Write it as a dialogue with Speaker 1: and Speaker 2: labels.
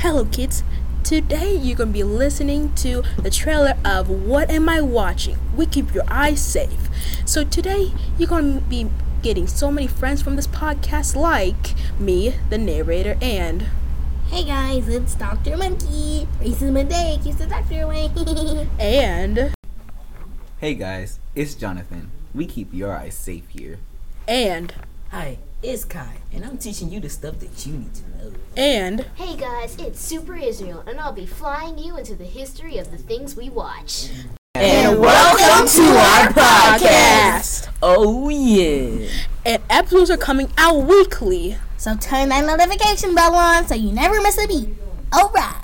Speaker 1: Hello, kids. Today you're gonna be listening to the trailer of What Am I Watching? We keep your eyes safe. So today you're gonna be getting so many friends from this podcast, like me, the narrator, and
Speaker 2: Hey guys, it's Dr. Monkey. Racism a day, keeps the doctor away.
Speaker 1: and
Speaker 3: Hey guys, it's Jonathan. We keep your eyes safe here.
Speaker 1: and
Speaker 4: Hi, it's Kai, and I'm teaching you the stuff that you need to know.
Speaker 1: and
Speaker 5: Hey guys, it's Super Israel, and I'll be flying you into the history of the things we watch.
Speaker 4: Welcome to our Oh yeah!
Speaker 1: And episodes are coming out weekly.
Speaker 2: so turn that notification bell on so you never miss a beat. Alright.